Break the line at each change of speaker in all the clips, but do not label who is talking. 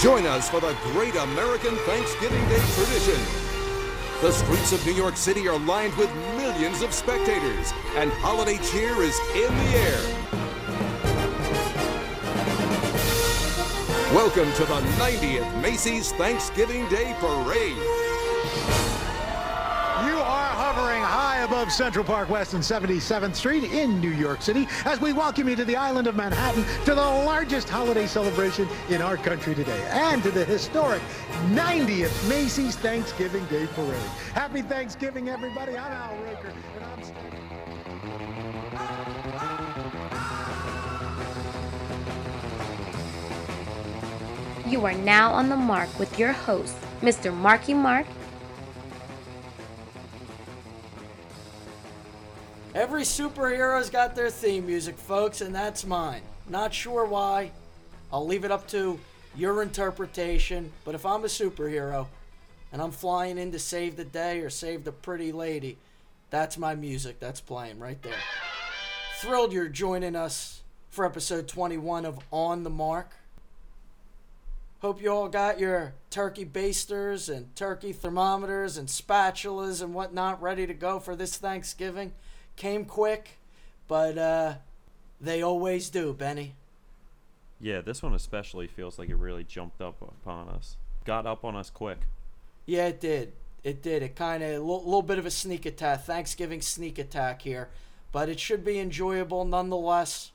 Join us for the great American Thanksgiving Day tradition. The streets of New York City are lined with millions of spectators, and holiday cheer is in the air. Welcome to the 90th Macy's Thanksgiving Day Parade.
You are hovering high above Central Park West and 77th Street in New York City as we welcome you to the island of Manhattan to the largest holiday celebration in our country today and to the historic 90th Macy's Thanksgiving Day Parade. Happy Thanksgiving, everybody. I'm Al Roker. And I'm
Steve. You are now on the mark with your host, Mr. Marky Mark
Every superhero's got their theme music, folks, and that's mine. Not sure why. I'll leave it up to your interpretation. But if I'm a superhero and I'm flying in to save the day or save the pretty lady, that's my music that's playing right there. Thrilled you're joining us for episode 21 of On the Mark. Hope you all got your turkey basters and turkey thermometers and spatulas and whatnot ready to go for this Thanksgiving came quick, but uh, they always do, Benny.
Yeah, this one especially feels like it really jumped up upon us. Got up on us quick.
Yeah, it did. It did. It kind of a l- little bit of a sneak attack, Thanksgiving sneak attack here, but it should be enjoyable nonetheless.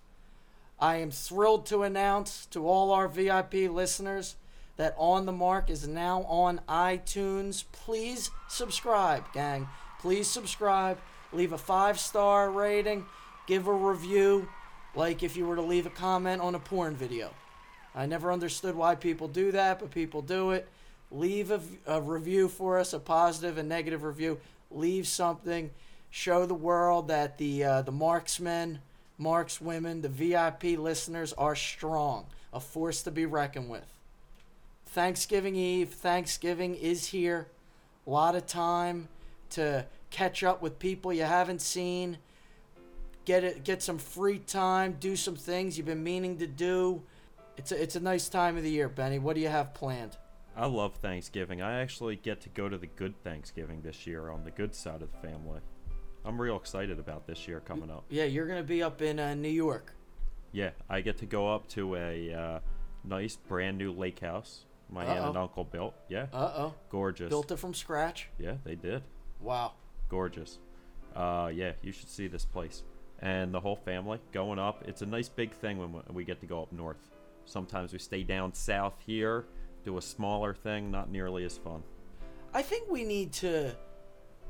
I am thrilled to announce to all our VIP listeners that On the Mark is now on iTunes. Please subscribe, gang. Please subscribe leave a five star rating, give a review, like if you were to leave a comment on a porn video. I never understood why people do that, but people do it. Leave a, a, review for us, a positive and negative review. Leave something. Show the world that the uh, the marksmen, marks women, the VIP listeners are strong, a force to be reckoned with. Thanksgiving Eve, Thanksgiving is here. A lot of time to catch up with people you haven't seen, get it, get some free time, do some things you've been meaning to do. It's a, it's a nice time of the year, Benny. What do you have planned?
I love Thanksgiving. I actually get to go to the good Thanksgiving this year on the good side of the family. I'm real excited about this year coming up.
Yeah, you're going to be up in uh, New York.
Yeah, I get to go up to a uh, nice brand new lake house my Uh-oh. aunt and uncle built. Yeah.
Uh oh.
Gorgeous.
Built it from scratch.
Yeah, they did.
Wow
gorgeous. Uh, yeah, you should see this place. And the whole family going up. It's a nice big thing when we get to go up north. Sometimes we stay down south here, do a smaller thing, not nearly as fun.
I think we need to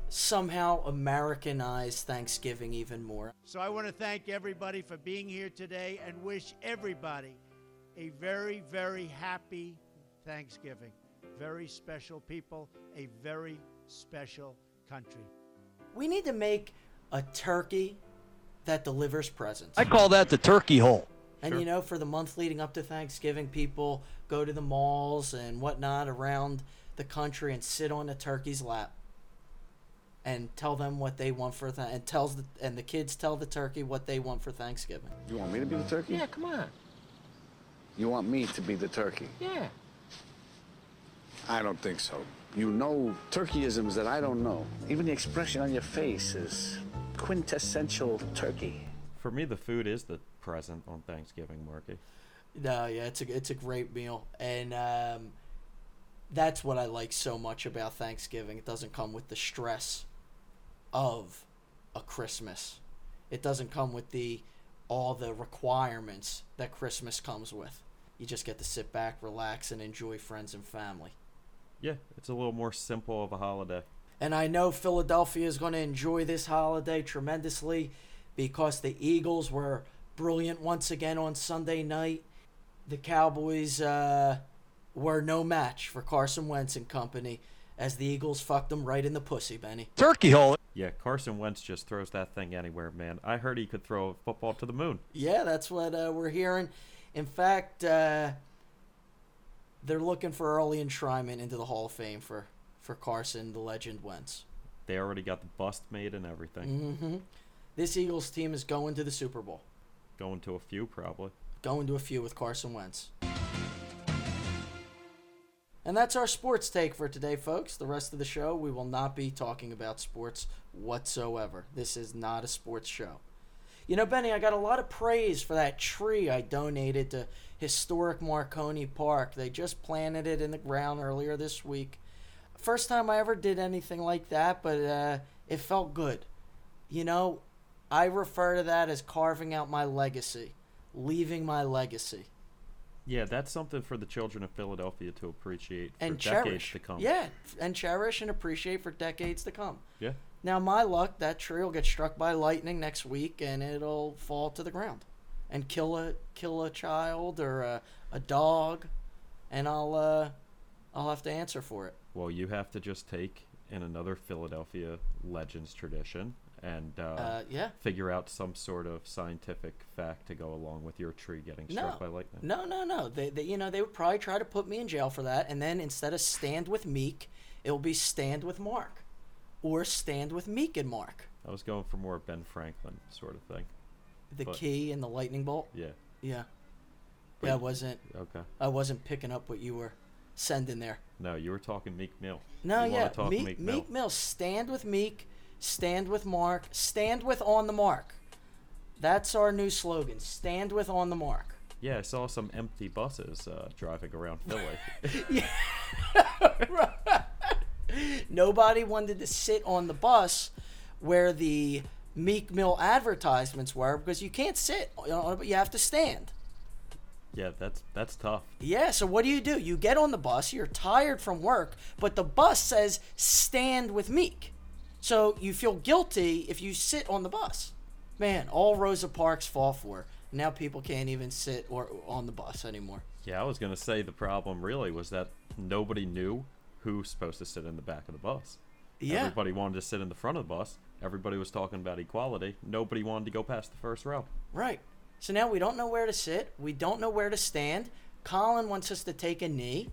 somehow Americanize Thanksgiving even more.
So I want to thank everybody for being here today and wish everybody a very, very happy Thanksgiving. Very special people, a very special country.
We need to make a turkey that delivers presents.
I call that the turkey hole.
And sure. you know, for the month leading up to Thanksgiving, people go to the malls and whatnot around the country and sit on a turkey's lap and tell them what they want for th- and tells the and the kids tell the turkey what they want for Thanksgiving.
You want me to be the turkey?
Yeah, come on.
You want me to be the turkey?
Yeah.
I don't think so you know turkeyisms that I don't know. Even the expression on your face is quintessential turkey.
For me, the food is the present on Thanksgiving, Marky.
No, yeah, it's a it's a great meal, and um, that's what I like so much about Thanksgiving. It doesn't come with the stress of a Christmas. It doesn't come with the all the requirements that Christmas comes with. You just get to sit back, relax, and enjoy friends and family.
Yeah, it's a little more simple of a holiday.
And I know Philadelphia is going to enjoy this holiday tremendously because the Eagles were brilliant once again on Sunday night. The Cowboys uh, were no match for Carson Wentz and company as the Eagles fucked them right in the pussy, Benny.
Turkey hole.
Yeah, Carson Wentz just throws that thing anywhere, man. I heard he could throw a football to the moon.
Yeah, that's what uh, we're hearing. In fact, uh, they're looking for early enshrinement into the Hall of Fame for for Carson, the legend Wentz.
They already got the bust made and everything.
Mm-hmm. This Eagles team is going to the Super Bowl.
Going to a few, probably.
Going to a few with Carson Wentz. And that's our sports take for today, folks. The rest of the show, we will not be talking about sports whatsoever. This is not a sports show. You know, Benny, I got a lot of praise for that tree I donated to historic Marconi Park. They just planted it in the ground earlier this week. First time I ever did anything like that, but uh, it felt good. You know, I refer to that as carving out my legacy, leaving my legacy.
Yeah, that's something for the children of Philadelphia to appreciate for
and
decades
cherish.
to come.
Yeah, and cherish and appreciate for decades to come.
Yeah.
Now, my luck, that tree will get struck by lightning next week, and it'll fall to the ground, and kill a kill a child or a, a dog, and I'll uh, I'll have to answer for it.
Well, you have to just take in another Philadelphia Legends tradition and uh,
Uh, yeah.
figure out some sort of scientific fact to go along with your tree getting struck by lightning.
No, no, no. They, they, you know, they would probably try to put me in jail for that, and then instead of stand with Meek, it will be stand with Mark, or stand with Meek and Mark.
I was going for more Ben Franklin sort of thing.
The
But-
key and the lightning bolt.
Yeah.
Yeah.
But
yeah, I
you-
wasn't.
Okay.
I wasn't picking up what you were sending there.
No, you were talking Meek Mill.
No,
you
yeah.
wanna talk
Meek,
Meek Mill.
Mill. stand with Meek, stand with Mark, stand with on the mark. That's our new slogan. Stand with on the mark.
Yeah, I saw some empty buses uh, driving around Philly.
Nobody wanted to sit on the bus where the Meek Mill advertisements were because you can't sit, you know, but you have to stand.
yeah, that's that's tough.
Yeah, so what do you do? You get on the bus, you're tired from work, but the bus says stand with Meek. So you feel guilty if you sit on the bus. Man, all Rosa Parks fall for. Now people can't even sit or on the bus anymore.
Yeah, I was gonna say the problem really was that nobody knew who's supposed to sit in the back of the bus.
Yeah.
Everybody wanted to sit in the front of the bus. Everybody was talking about equality. Nobody wanted to go past the first row.
Right. So now we don't know where to sit. We don't know where to stand. Colin wants us to take a knee.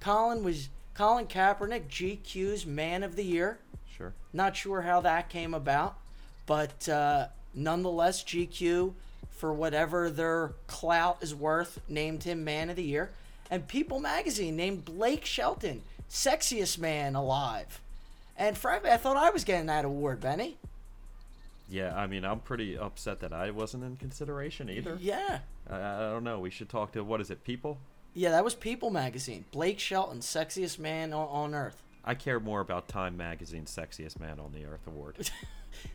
Colin was Colin Kaepernick, GQ's Man of the Year.
Sure.
Not sure how that came about, but uh, nonetheless, GQ, for whatever their clout is worth, named him Man of the Year. And People Magazine named Blake Shelton Sexiest Man Alive. And frankly, I thought I was getting that award, Benny.
Yeah, I mean, I'm pretty upset that I wasn't in consideration either.
Yeah.
I, I don't know. We should talk to what is it, people?
Yeah, that was People Magazine. Blake Shelton, Sexiest Man on, on Earth.
I care more about Time Magazine's Sexiest Man on the Earth award.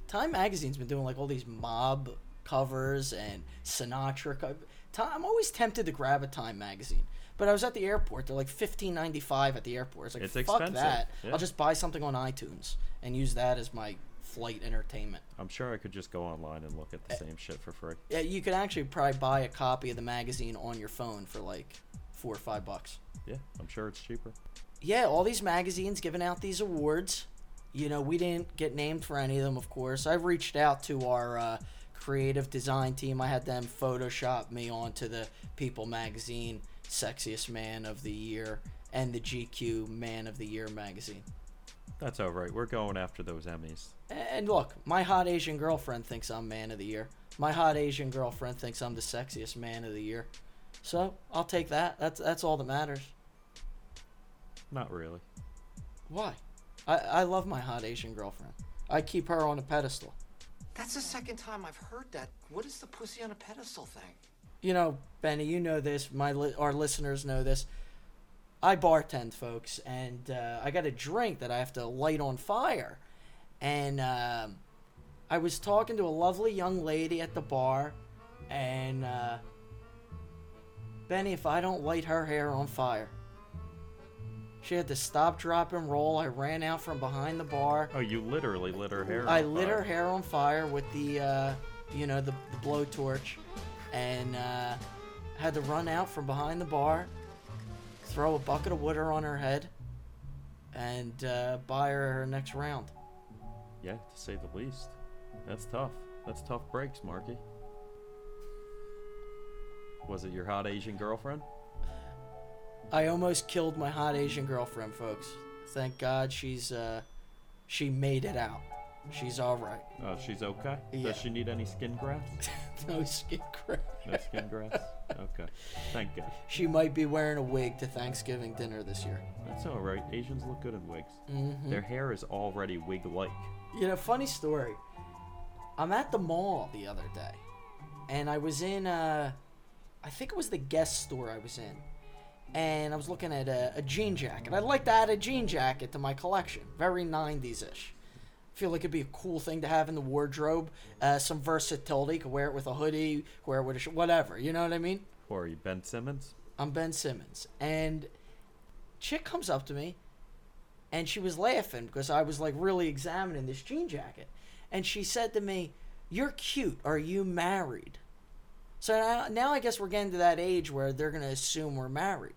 Time Magazine's been doing like all these mob covers and Sinatra. Co- Time, I'm always tempted to grab a Time magazine, but I was at the airport. They're like 15.95 at the airport. It's like
It's
fuck
expensive,
that.
yeah.
I'll just buy something on iTunes and use that as my flight entertainment.
I'm sure I could just go online and look at the same shit for free.
Yeah, you could actually probably buy a copy of the magazine on your phone for like four or five bucks.
Yeah, I'm sure it's cheaper.
yeah, all these magazines giving out these awards. You know, we didn't get named for any of them, of course. I reached out to our uh, creative design team. I had them Photoshop me onto the People Magazine Sexiest Man of the Year and the GQ Man of the Year magazine.
That's all right. We're going after those Emmys.
And look, my hot Asian girlfriend thinks I'm Man of the Year. My hot Asian girlfriend thinks I'm the sexiest Man of the Year. So I'll take that. That's that's all that matters.
Not really.
Why? I, I love my hot Asian girlfriend. I keep her on a pedestal.
That's the second time I've heard that. What is the pussy on a pedestal thing?
You know, Benny, you know this. My li- our listeners know this. I bartend, folks, and uh, I got a drink that I have to light on fire. And um, I was talking to a lovely young lady at the bar, and uh, Benny, if I don't light her hair on fire, she had to stop, drop, and roll. I ran out from behind the bar.
Oh, you literally lit her hair.
I
on
lit her
fire.
hair on fire with the, uh, you know, the, the blowtorch, and uh, had to run out from behind the bar, throw a bucket of water on her head, and uh, buy her her next round.
Yeah, to say the least. That's tough. That's tough breaks, Marky. Was it your hot Asian girlfriend?
I almost killed my hot Asian girlfriend, folks. Thank God she's, uh, she made it out. She's all right.
Oh, she's okay.
Yeah.
Does she need any skin grafts?
No skin crack.
No skin grafts. Okay. Thank God.
She might be wearing a wig to Thanksgiving dinner this year.
That's all right. Asians look good in wigs.
Mm-hmm.
Their hair is already wig-like.
You know, funny story. I'm at the mall the other day, and I was in, uh, I think it was the guest store I was in, and I was looking at a, a jean jacket. I'd like to add a jean jacket to my collection. Very 90s ish. Feel like it'd be a cool thing to have in the wardrobe. Uh, some versatility. Could wear it with a hoodie, wear it with a sh- whatever. You know what I mean?
Or are you Ben Simmons?
I'm Ben Simmons. And chick comes up to me and she was laughing because I was like really examining this jean jacket. And she said to me, You're cute. Are you married? So now, now I guess we're getting to that age where they're going to assume we're married.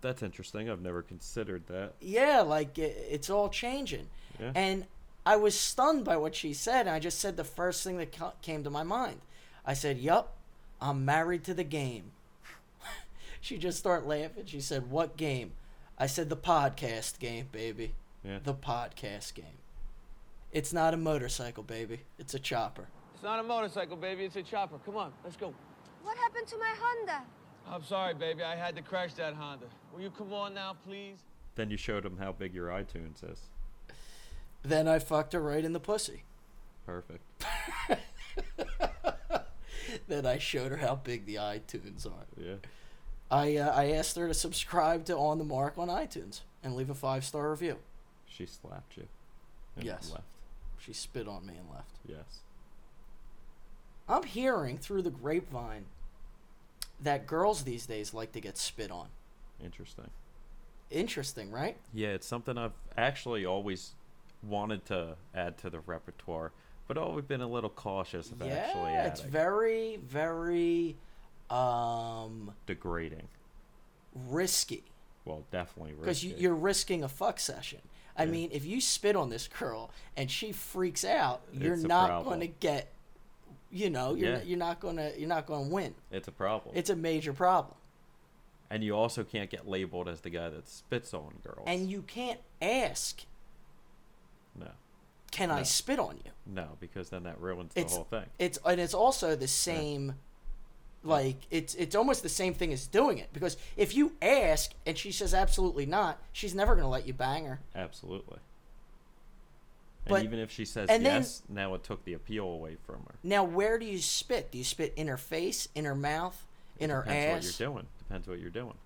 That's interesting. I've never considered that.
Yeah, like it, it's all changing.
Yeah.
And I was stunned by what she said. And I just said the first thing that ca- came to my mind. I said, Yup, I'm married to the game. she just started laughing. She said, What game? I said, The podcast game, baby.
Yeah.
The podcast game. It's not a motorcycle, baby. It's a chopper.
It's not a motorcycle, baby. It's a chopper. Come on, let's go.
What happened to my Honda?
I'm sorry, baby. I had to crash that Honda. Will you come on now, please?
Then you showed them how big your iTunes is.
Then I fucked her right in the pussy.
Perfect.
Then I showed her how big the iTunes are.
Yeah.
I uh, I asked her to subscribe to On the Mark on iTunes and leave a five star review.
She slapped you. and
Yes.
Left.
She spit on me and left.
Yes.
I'm hearing through the grapevine that girls these days like to get spit on.
Interesting.
Interesting, right?
Yeah, it's something I've actually always wanted to add to the repertoire, but always been a little cautious of actually
Yeah,
adding.
it's very, very um,
degrading.
risky
Well, definitely risky.
because you, you're risking a fuck session. I mean, if you spit on this girl and she freaks out, you're
It's a
not
problem.
going to get, you know, you're
Yeah.
not, you're not going to you're not going to win.
It's a problem.
It's a major problem.
and you also can't get labeled as the guy that spits on girls.
And you can't ask,
no,
"Can I
No.
spit on you?"
no, because then that ruins the
It's
whole thing.
It's and it's also the same, like it's it's almost the same thing as doing it because if you ask and she says absolutely not, she's never gonna let you bang her.
Absolutely. And
But-
even if she says
and then-
yes, now it took the appeal away from her.
Now, where do you spit? Do you spit in her face, in her mouth, in her
Depends
ass?
what you're doing. Depends what you're doing.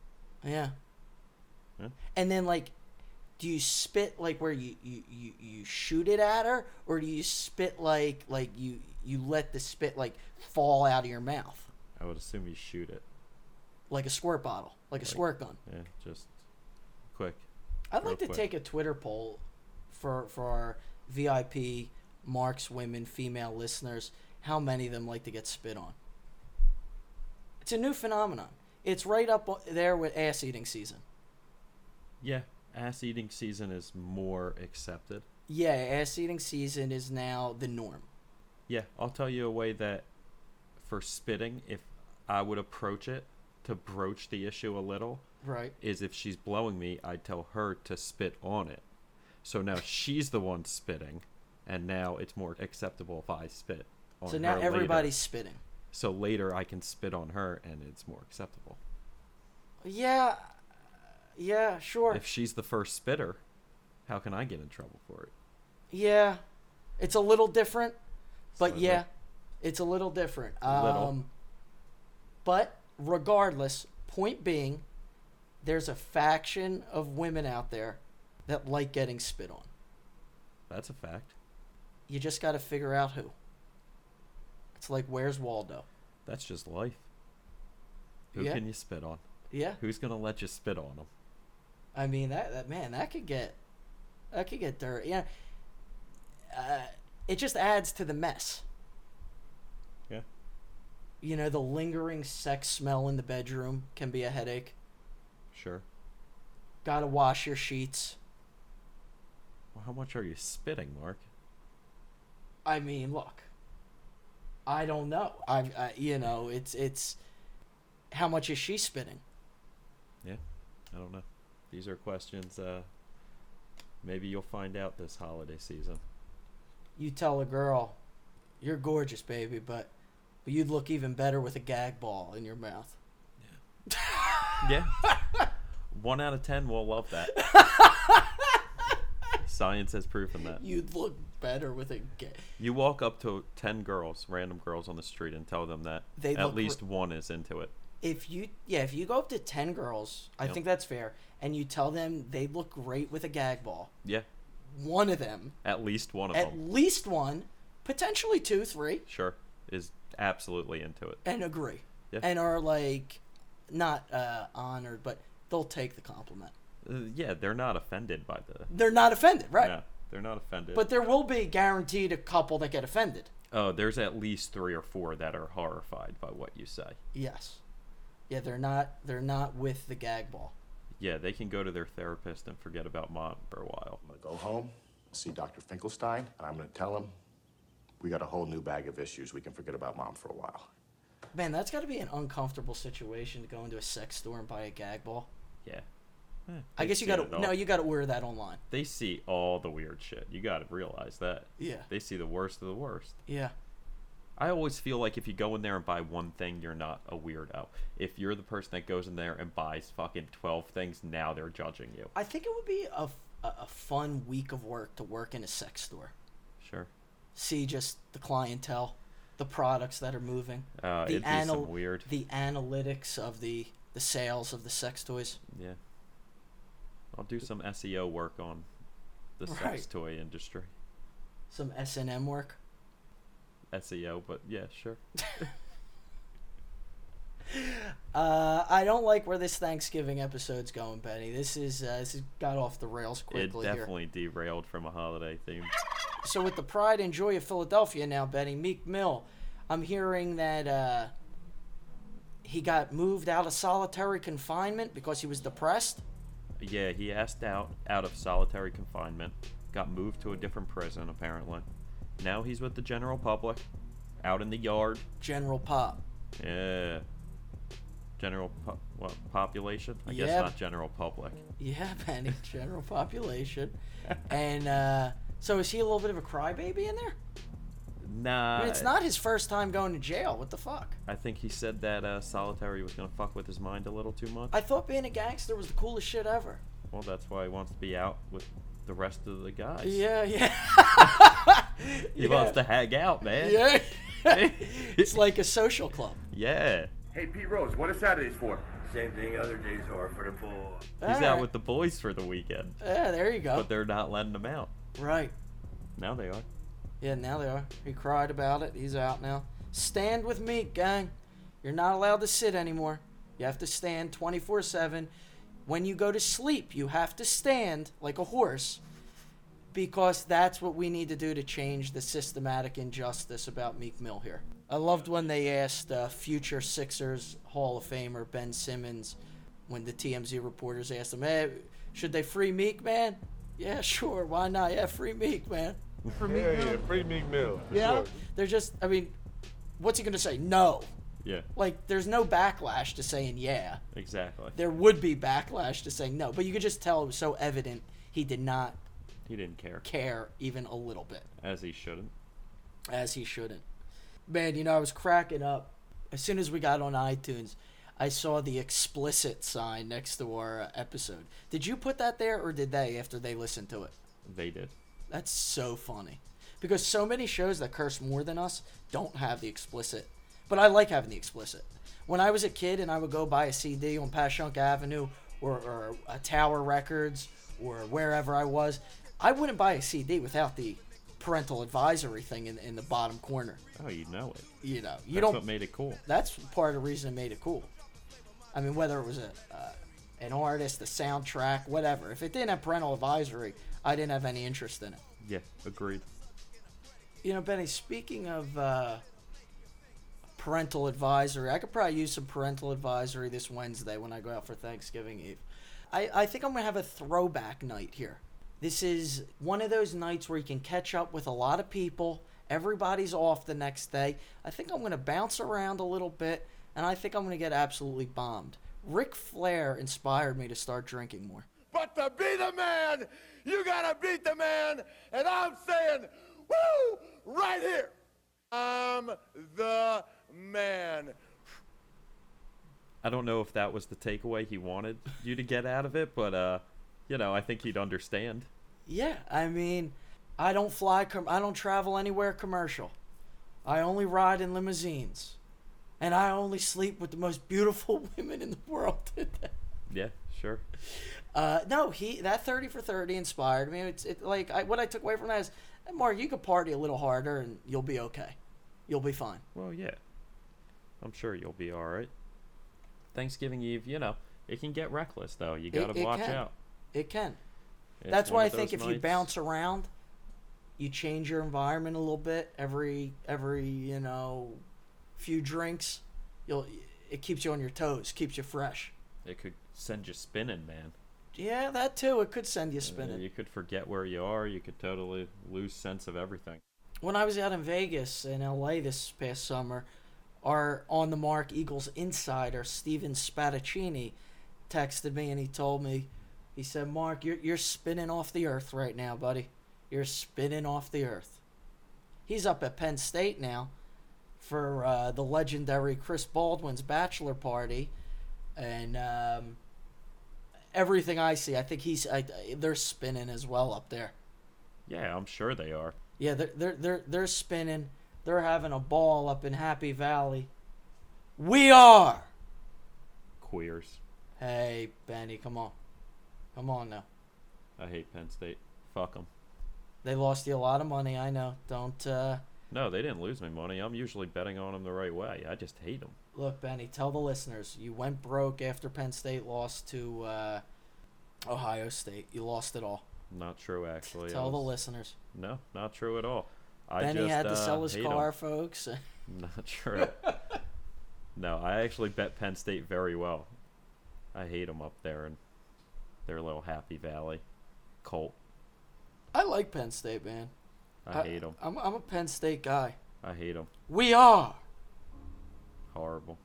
Yeah.
Yeah.
And then like, do you spit like where you, you, you, you shoot it at her, or do you spit like like you you let the spit like fall out of your mouth
I would assume you shoot it.
like a squirt bottle, like a squirt gun?
Yeah, just quick.
I'd
real
like to
quick.
take a Twitter poll for for our VIP marks women female listeners. How many of them like to get spit on? It's a new phenomenon. It's right up o- there with ass eating season.
Yeah, ass eating season is more accepted.
Yeah, ass eating season is now the norm.
Yeah, I'll tell you a way that for spitting, if I would approach it to broach the issue a little,
Right.
is if she's blowing me, I'd tell her to spit on it. So now she's the one spitting, and now it's more acceptable if I spit on
So now
her later.
everybody's spitting.
So later I can spit on her, and it's more acceptable.
Yeah. Yeah, sure.
If she's the first spitter, how can I get in trouble for it?
Yeah. It's a little different, but
Slightly.
yeah, it's a little different. Um,
Little.
But regardless, point being, there's a faction of women out there that like getting spit on.
That's a fact.
You just got to figure out who. It's like, where's Waldo?
That's just life. Who
Yeah.
can you spit on?
Yeah.
Who's gonna let you spit on them?
I mean that that man that could get that could get dirty. Yeah, uh, it just adds to the mess.
Yeah.
You know the lingering sex smell in the bedroom can be a headache.
Sure.
Got to wash your sheets.
Well, how much are you spitting, Mark?
I mean, look, I don't know. I, I you know it's it's how much is she spitting?
Yeah, I don't know. These are questions. Uh, maybe you'll find out this holiday season.
You tell a girl, you're gorgeous, baby, but but you'd look even better with a gag ball in your mouth.
Yeah. One out of ten will love that. Science has proven that.
You'd look better with a gay.
You walk up to ten girls, random girls on the street, and tell them that
They
at
look
least one is into it.
If you yeah, if you go up to ten girls, I
Yep.
think that's fair, and you tell them they look great with a gag ball.
Yeah,
One of them,
at least one of
at
them,
least one, potentially two, three,
sure, is absolutely into it.
and agree,
Yeah.
and are like not uh, honored, but they'll take the compliment.
Uh, yeah, they're not offended by the.
They're not offended, right?
Yeah, they're not offended.
But there will be guaranteed a couple that get offended.
oh, there's at least three or four that are horrified by what you say.
Yes. Yeah, they're not they're not with the gag ball.
Yeah, they can go to their therapist and forget about mom for a while.
Go home, see Dr. Finkelstein, and I'm going to tell him we got a whole new bag of issues. We can forget about mom for a while.
Man, that's got to be an uncomfortable situation to go into a sex store and buy a gag ball.
Yeah. Eh,
I
they've
guess you
seen
got
it
to
all.
no, you got to order that online.
They see all the weird shit. You got to realize that.
Yeah.
They see the worst of the worst.
Yeah.
I always feel like if you go in there and buy one thing, you're not a weirdo. If you're the person that goes in there and buys fucking 12 things, now they're judging you.
I think it would be a, f- a- a fun week of work to work in a sex store.
Sure.
See just the clientele, the products that are moving,
Uh,
the
it'd be some weird-
the analytics of the the sales of the sex toys.
Yeah. I'll do some SEO work on the sex
Right.
toy industry.
Some S and M work.
SEO, E but yeah, sure.
Uh, I don't like where this Thanksgiving episode's going, Benny. This is uh, this has got off the rails
it
quickly here.
definitely derailed from a holiday theme.
So with the pride and joy of Philadelphia now, Benny Meek Mill, I'm hearing that uh, he got moved out of solitary confinement because he was depressed.
Yeah, he asked out out of solitary confinement, got moved to a different prison apparently. Now he's with the general public, out in the yard.
General Pop.
Yeah. General po- what population? I guess
Yeah.
not general public.
Yeah, Benny, general population. And uh, so is he a little bit of a crybaby in there? I
Nah.
mean, it's not his first time going to jail. What the fuck?
I think he said that uh, solitary was gonna fuck with his mind a little too much.
I thought being a gangster was the coolest shit ever.
Well, that's why he wants to be out with the rest of the guys.
Yeah, yeah.
He wants to hang out, man.
Yeah. it's like a social club.
Yeah.
Hey, Pete Rose, what are Saturdays for? Same thing other days are for the pool.
He's out
Alright.
with the boys for the weekend.
Yeah, there you go.
But they're not letting him out.
Right.
Now they are.
Yeah, now they are. He cried about it. He's out now. Stand with me, gang. You're not allowed to sit anymore. You have to stand 24 7. When you go to sleep, you have to stand like a horse because that's what we need to do to change the systematic injustice about Meek Mill here. I loved when they asked uh, future Sixers Hall of Famer Ben Simmons when the TMZ reporters asked him, hey, should they free Meek, man? Yeah, sure. Why not? Yeah, free Meek, man. For
Yeah, yeah, free Meek Mill. for
yeah.
sure.
They're just, I mean, what's he going to say? No.
Yeah.
Like, there's no backlash to saying yeah.
Exactly.
There would be backlash to saying no, but you could just tell it was so evident he did not
He didn't care.
care even a little bit,
As he shouldn't.
as he shouldn't. Man, you know, I was cracking up. As soon as we got on iTunes, I saw the explicit sign next to our uh, episode. Did you put that there or did they after they listened to it?
They did.
That's so funny. Because so many shows that curse more than us don't have the explicit. But I like having the explicit. When I was a kid and I would go buy a CD on Pashunk Avenue or, or uh Tower Records or wherever I was, I wouldn't buy a CD without the parental advisory thing in, in the bottom corner.
Oh, you know it.
You know, you
That's
don't.
what made it cool.
That's part of the reason it made it cool. I mean, whether it was a uh, an artist, a soundtrack, whatever. If it didn't have parental advisory, I didn't have any interest in it.
Yeah, agreed.
You know, Benny, speaking of uh, parental advisory, I could probably use some parental advisory this Wednesday when I go out for Thanksgiving Eve. I, I think I'm going to have a throwback night here. This is one of those nights where you can catch up with a lot of people. Everybody's off the next day. I think I'm going to bounce around a little bit, and I think I'm going to get absolutely bombed. Ric Flair inspired me to start drinking more.
But to be the man, you gotta beat the man. And I'm saying, woo, right here. I'm the man.
I don't know if that was the takeaway he wanted you to get out of it, but uh, you know, I think he'd understand.
Yeah, I mean, I don't fly. Com- I don't travel anywhere commercial. I only ride in limousines, and I only sleep with the most beautiful women in the world.
Yeah, sure.
Uh, no, he that thirty for thirty inspired me. It's it, like I, what I took away from that is, "Hey, Mark, you could party a little harder and you'll be okay. You'll be fine.
Well, yeah. I'm sure you'll be all right. Thanksgiving Eve, you know, it can get reckless though. You
It-
got to
it
watch
can.
out.
It can.
It's
That's
one
why I
of
think if
those
you
nights-
bounce around, you change your environment a little bit every every you know few drinks, you'll it keeps you on your toes, keeps you fresh.
it could send you spinning, man.
Yeah, that too. It could send you
Uh,
spinning.
You could forget where you are. You could totally lose sense of everything.
when I was out in Vegas and LA this past summer, our on the mark Eagles insider Steven Spadaccini texted me and he told me, he said, "Mark, you're you're spinning off the earth right now, buddy. You're spinning off the earth." He's up at Penn State now for uh, the legendary Chris Baldwin's bachelor party, and um, everything I see, I think he's I, they're spinning as well up there.
Yeah, I'm sure they are.
Yeah, they're they're they're they're spinning. They're having a ball up in Happy Valley. We are.
Queers.
Hey, Benny, come on, come on now.
I hate Penn State. Fuck them.
They lost you a lot of money. I know. Don't uh,
No, they didn't lose me money. I'm usually betting on them the right way. I just hate them.
look, Benny. Tell the listeners you went broke after Penn State lost to uh, Ohio State. You lost it all.
Not true, actually. I
Tell the
was-
listeners.
No, not true at all. Oh, I
Benny
just,
had to
uh,
sell his
hate 'em.
car, folks.
Not true. no, I actually bet Penn State very well. I hate them up there in their little Happy Valley cult.
I like Penn State, man.
I
Uh,
hate 'em.
I'm I'm a Penn State guy.
I hate them.
We are.
Horrible.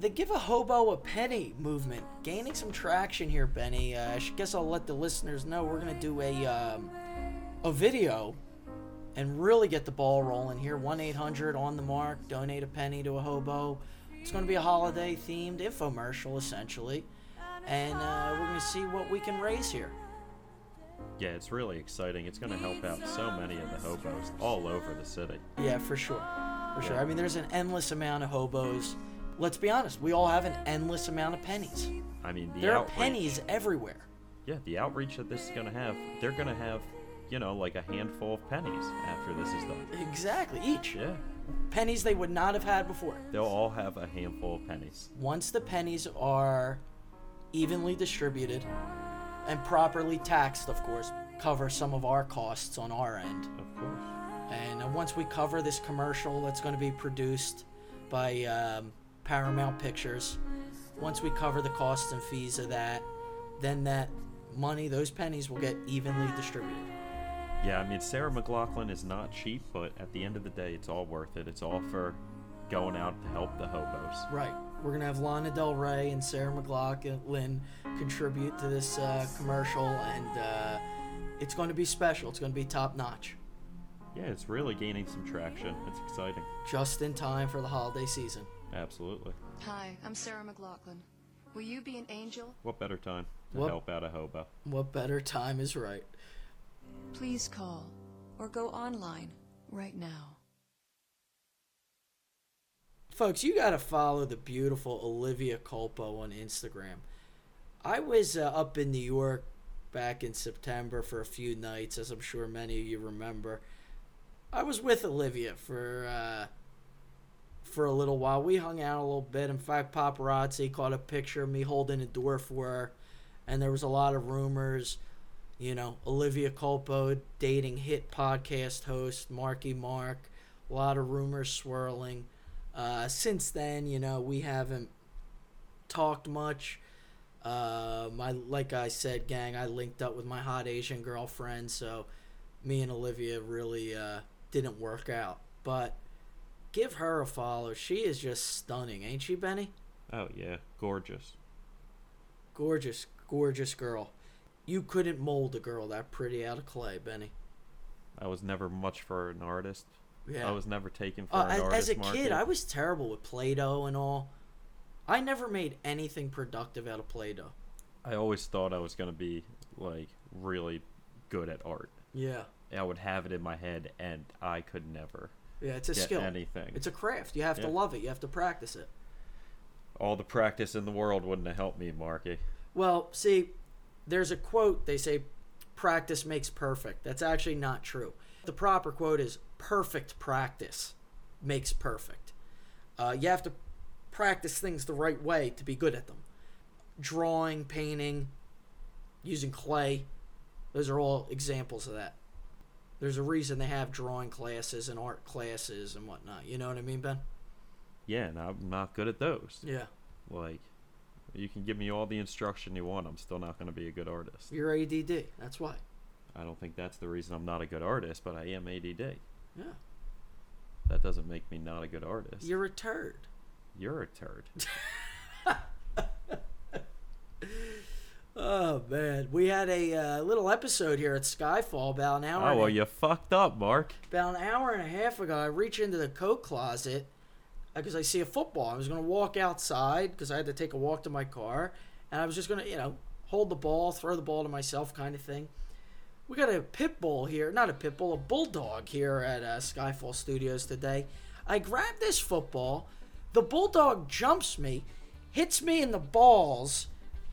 The Give a Hobo a Penny movement gaining some traction here, Benny. Uh, I should- guess I'll let the listeners know we're going to do a, um, a video and really get the ball rolling here. 1 800 on the mark, donate a penny to a hobo. It's going to be a holiday themed infomercial, essentially. And uh, we're going to see what we can raise here.
Yeah, it's really exciting. It's going to help out so many of the hobos all over the city.
Yeah, for sure. For sure.
Yeah.
I mean, there's an endless amount of hobos. Let's be honest, we all have an endless amount of pennies.
I mean, the
there
outreach.
are pennies everywhere.
Yeah, the outreach that this is going to have, they're going to have, you know, like a handful of pennies after this is done.
Exactly, each.
Yeah,
Pennies they would not have had before.
they'll all have a handful of pennies.
Once the pennies are evenly distributed and properly taxed, of course, cover some of our costs on our end.
Of course.
And uh, once we cover this commercial that's going to be produced by um, Paramount Pictures, once we cover the costs and fees of that, then that money, those pennies, will get evenly distributed.
Yeah, I mean, Sarah McLaughlin is not cheap, but at the end of the day, it's all worth it. It's all for going out to help the hobos.
Right. We're gonna have Lana Del Rey and Sarah McLachlan contribute to this uh, commercial, and uh, it's going to be special. It's going to be top notch,
Yeah, it's really gaining some traction. It's exciting.
just in time for the holiday season.
Absolutely.
Hi, I'm Sarah McLaughlin. Will you be an angel?
What better time to
What-
help out a hobo?
What better time is right?
Please call or go online right now.
Folks, you got to follow the beautiful Olivia Culpo on Instagram. I was uh, up in New York back in September for a few nights, as I'm sure many of you remember. I was with Olivia for uh, for a little while. We hung out a little bit. In fact, paparazzi caught a picture of me holding a door for her, and there was a lot of rumors. You know, Olivia Culpo dating hit podcast host Marky Mark. A lot of rumors swirling. Uh, since then, you know, we haven't talked much. Um, I like I said, gang, I linked up with my hot Asian girlfriend, so me and Olivia really uh, didn't work out. But give her a follow. She is just stunning, ain't she, Benny?
Oh, yeah. Gorgeous.
Gorgeous, gorgeous girl. You couldn't mold a girl that pretty out of clay, Benny.
I was never much for an artist. I was never taken for
Uh,
an
as,
artist
as a
market.
kid, I was terrible with Play-Doh and all. I never made anything productive out of Play-Doh.
I always thought I was gonna be like really good at art.
Yeah.
I would have it in my head, and I could never.
Yeah, it's a
get
skill.
Anything.
It's a craft. You have to
Yeah.
love it. You have to practice it.
All the practice in the world wouldn't have helped me, Eh, Marky.
Well, see, there's a quote they say practice makes perfect. That's actually not true. The proper quote is perfect practice makes perfect. Uh, you have to practice things the right way to be good at them. Drawing, painting, using clay, those are all examples of that. There's a reason they have drawing classes and art classes and whatnot. You know what I mean, Ben?
Yeah, and I'm not good at those.
Yeah.
Like, you can give me all the instruction you want. I'm still not gonna be a good artist.
You're ADD. That's why.
I don't think that's the reason I'm not a good artist, but I am ADD.
Yeah.
That doesn't make me not a good artist.
You're a turd.
You're a turd.
Oh man, we had a uh, little episode here at Skyfall about an hour.
oh well,
and,
you fucked up, Mark.
About an hour and a half ago, I reach into the coat closet because I see a football. I was gonna walk outside because I had to take a walk to my car, and I was just gonna, you know, hold the ball, throw the ball to myself, kind of thing. We got a pit bull here, not a pit bull, a bulldog here at uh, Skyfall Studios today. I grab this football, the bulldog jumps me, hits me in the balls.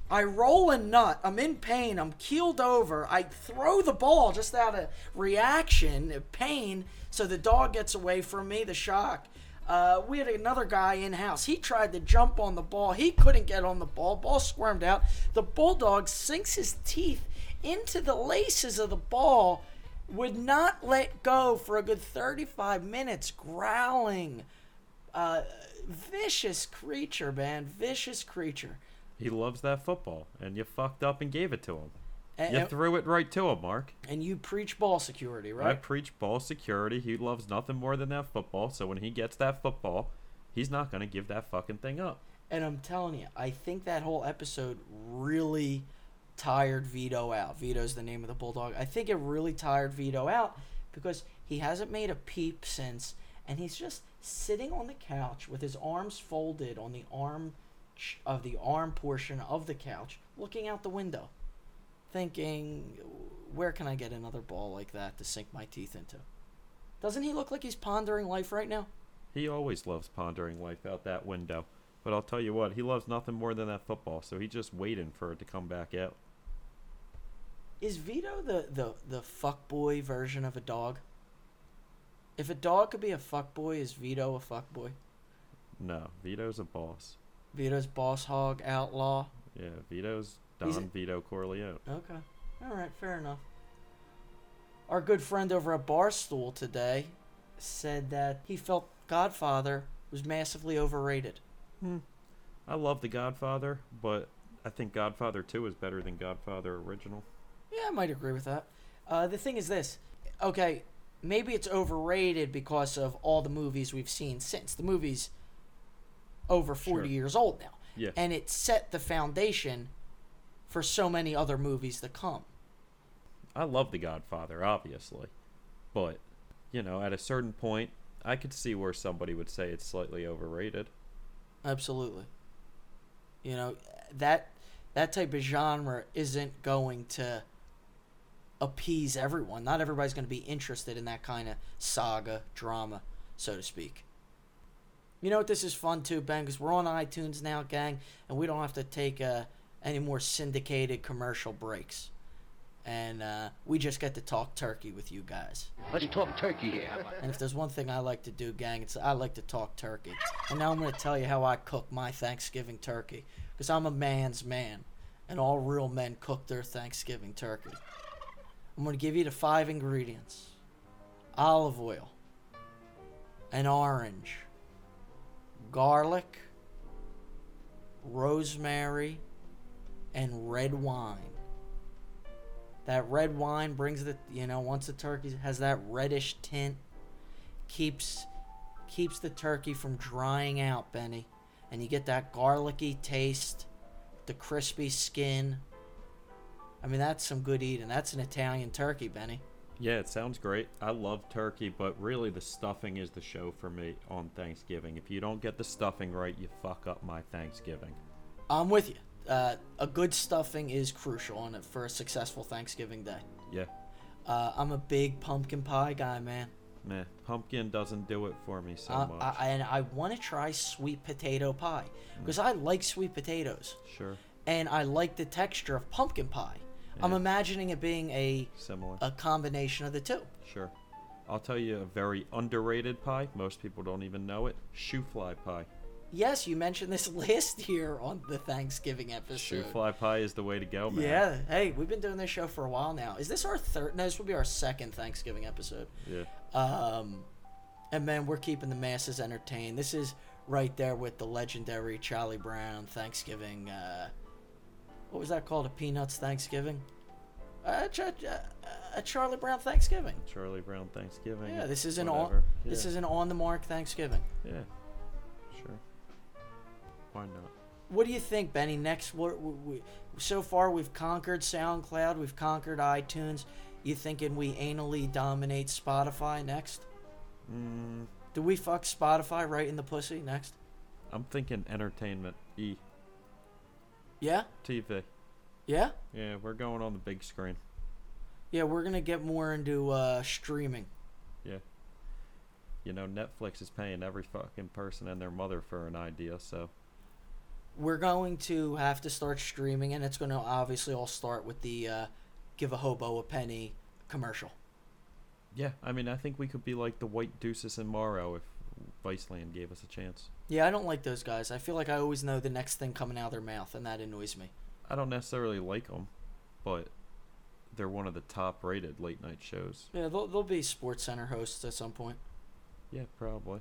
I roll a nut. I'm in pain. I'm keeled over. I throw the ball just out of reaction, of pain, so the dog gets away from me, the shock. Uh, we had another guy in house. He tried to jump on the ball. He couldn't get on the ball. Ball squirmed out. The bulldog sinks his teeth into the laces of the ball, would not let go for a good 35 minutes, growling. Uh, vicious creature, man. Vicious creature.
He loves that football, and you fucked up and gave it to him.
And-
you
and-
threw it right to him, Mark.
And you preach ball security,
I
right?
preach ball security. He loves nothing more than that football. So when he gets that football, he's not gonna give that fucking thing up.
and I'm telling you, I think that whole episode really tired Vito out. Vito's the name of the bulldog. I think it really tired Vito out because he hasn't made a peep since, and he's just sitting on the couch with his arms folded on the arm ch- of the arm portion of the couch, looking out the window, thinking, "Where can I get another ball like that to sink my teeth into?" Doesn't he look like he's pondering life right now?
He always loves pondering life out that window. But I'll tell you what, he loves nothing more than that football. So he's just waiting for it to come back out.
Is Vito the the the fuckboy version of a dog? If a dog could be a fuckboy, is Vito a fuckboy?
No, Vito's a boss.
Vito's boss hog outlaw.
Yeah, Vito's Don
He's a-
Vito Corleone.
Okay. All right, fair enough. Our good friend over at Barstool today said that he felt Godfather was massively overrated.
Hmm. I love The Godfather, but I think Godfather 2 is better than Godfather Original.
Yeah, I might agree with that. Uh, the thing is this. Okay, maybe it's overrated because of all the movies we've seen since. The movie's over 40
Sure.
years old now.
Yeah.
And it set the foundation for so many other movies to come.
I love The Godfather, obviously. But, you know, at a certain point, I could see where somebody would say it's slightly overrated.
Absolutely. You know, that that type of genre isn't going to appease everyone. Not everybody's going to be interested in that kind of saga, drama, so to speak. You know what this is fun too, Ben, because we're on iTunes now, gang, and we don't have to take uh, any more syndicated commercial breaks. And uh, we just get to talk turkey with you guys.
Let's talk turkey here.
And if there's one thing I like to do, gang, it's I like to talk turkey. And now I'm going to tell you how I cook my Thanksgiving turkey. Because I'm a man's man. And all real men cook their Thanksgiving turkey. I'm going to give you the five ingredients olive oil, an orange, garlic, rosemary, and red wine. That red wine brings the you know once the turkey has that reddish tint, keeps keeps the turkey from drying out, Benny, and you get that garlicky taste, the crispy skin. I mean that's some good eating. That's an Italian turkey, Benny.
Yeah, it sounds great. I love turkey, but really the stuffing is the show for me on Thanksgiving. If you don't get the stuffing right, you fuck up my Thanksgiving.
I'm with you. Uh, a good stuffing is crucial on it for a successful Thanksgiving day.
Yeah.
Uh, I'm a big pumpkin pie guy, man.
Meh, pumpkin doesn't do it for me so
Uh,
much.
I, and I want to try sweet potato pie because I like sweet potatoes
sure.
and I like the texture of pumpkin pie. I'm
Yeah.
imagining it being a
Similar.
a combination of the two.
Sure. I'll tell you a very underrated pie. Most people don't even know it. Shoe fly pie.
Yes, you mentioned this last year on the Thanksgiving
Shoe
episode.
fly pie is the way to go, man.
yeah, hey, we've been doing this show for a while now. Is this our third? No, this will be our second Thanksgiving episode.
Yeah.
Um, and man, we're keeping the masses entertained. This is right there with the legendary Charlie Brown Thanksgiving. Uh, what was that called? A Peanuts Thanksgiving? Uh, Ch- uh, a Charlie Brown Thanksgiving.
Charlie Brown Thanksgiving.
Yeah, this is an on.
whatever.
This
Yeah.
is an on the mark Thanksgiving.
Yeah. Sure. Why not?
What do you think, Benny? Next, what we, we, so far we've conquered SoundCloud, we've conquered iTunes. You thinking we anally dominate Spotify next?
Mm,
Do we fuck Spotify right in the pussy next?
I'm thinking entertainment. E.
Yeah,
TV.
yeah,
Yeah, we're going on the big screen.
yeah. We're gonna get more into uh, streaming.
Yeah. You know, Netflix is paying every fucking person and their mother for an idea, so.
We're going to have to start streaming, and it's gonna obviously all start with the uh, "Give a Hobo a Penny" commercial.
Yeah, I mean, I think we could be like the White Deuces and Morrow if Viceland gave us a chance.
Yeah, I don't like those guys. I feel like I always know the next thing coming out of their mouth, and that annoys me.
I don't necessarily like them, but they're one of the top rated late night shows.
Yeah, they'll, they'll be Sports Center hosts at some point.
Yeah, probably.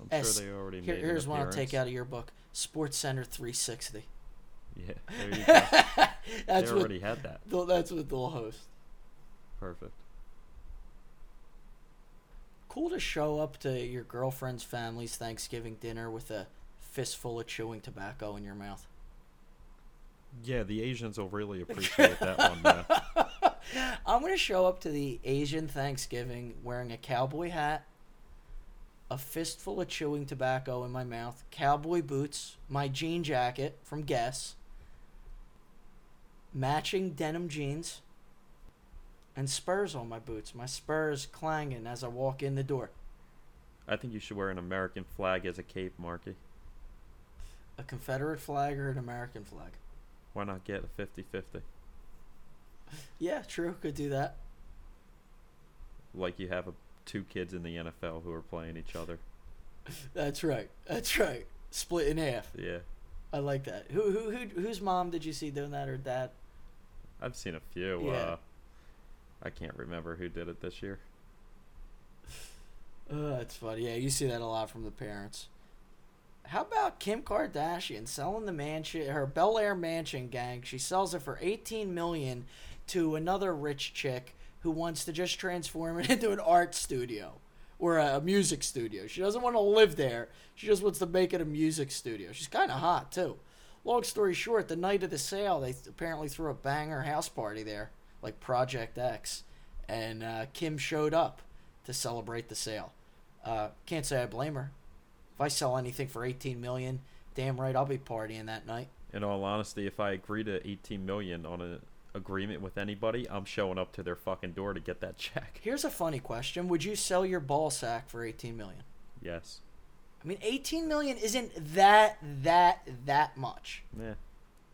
I'm
S-
sure they already
here-
made
Here's
an
one I'll take
appearance.
out of your book: Sports Center 360.
Yeah, there you go.
That's
they
what-
already had that.
They'll- That's what they'll host.
Perfect.
Cool to show up to your girlfriend's family's Thanksgiving dinner with a fistful of chewing tobacco in your mouth.
Yeah, the Asians will really appreciate that one. Yeah.
I'm gonna show up to the Asian Thanksgiving wearing a cowboy hat, a fistful of chewing tobacco in my mouth, cowboy boots, my jean jacket from Guess, matching denim jeans, and spurs on my boots. My spurs clanging as I walk in the door.
I think you should wear an American flag as a cape, Marky.
A Confederate flag or an American flag?
Why not get a 50 50?
Yeah, true. Could do that.
Like you have a, two kids in the NFL who are playing each other.
That's right. That's right. Split in half.
Yeah,
I like that. Who who who whose mom did you see doing that or dad?
I've seen a few.
Yeah.
Uh, I can't remember who did it this year.
Uh, that's funny. Yeah, you see that a lot from the parents. How about Kim Kardashian selling the mansion, her Bel Air mansion, gang? She sells it for eighteen million to another rich chick who wants to just transform it into an art studio or a, a music studio. She doesn't want to live there. She just wants to make it a music studio. She's kind of hot too. Long story short, the night of the sale, they th- apparently threw a banger house party there, like Project X, and uh, Kim showed up to celebrate the sale. Uh, can't say I blame her. If I sell anything for 18 million, damn right I'll be partying that night.
In all honesty, if I agree to 18 million on an agreement with anybody, I'm showing up to their fucking door to get that check.
Here's a funny question: Would you sell your ball sack for 18 million?
Yes.
I mean, 18 million isn't that that that much.
Yeah.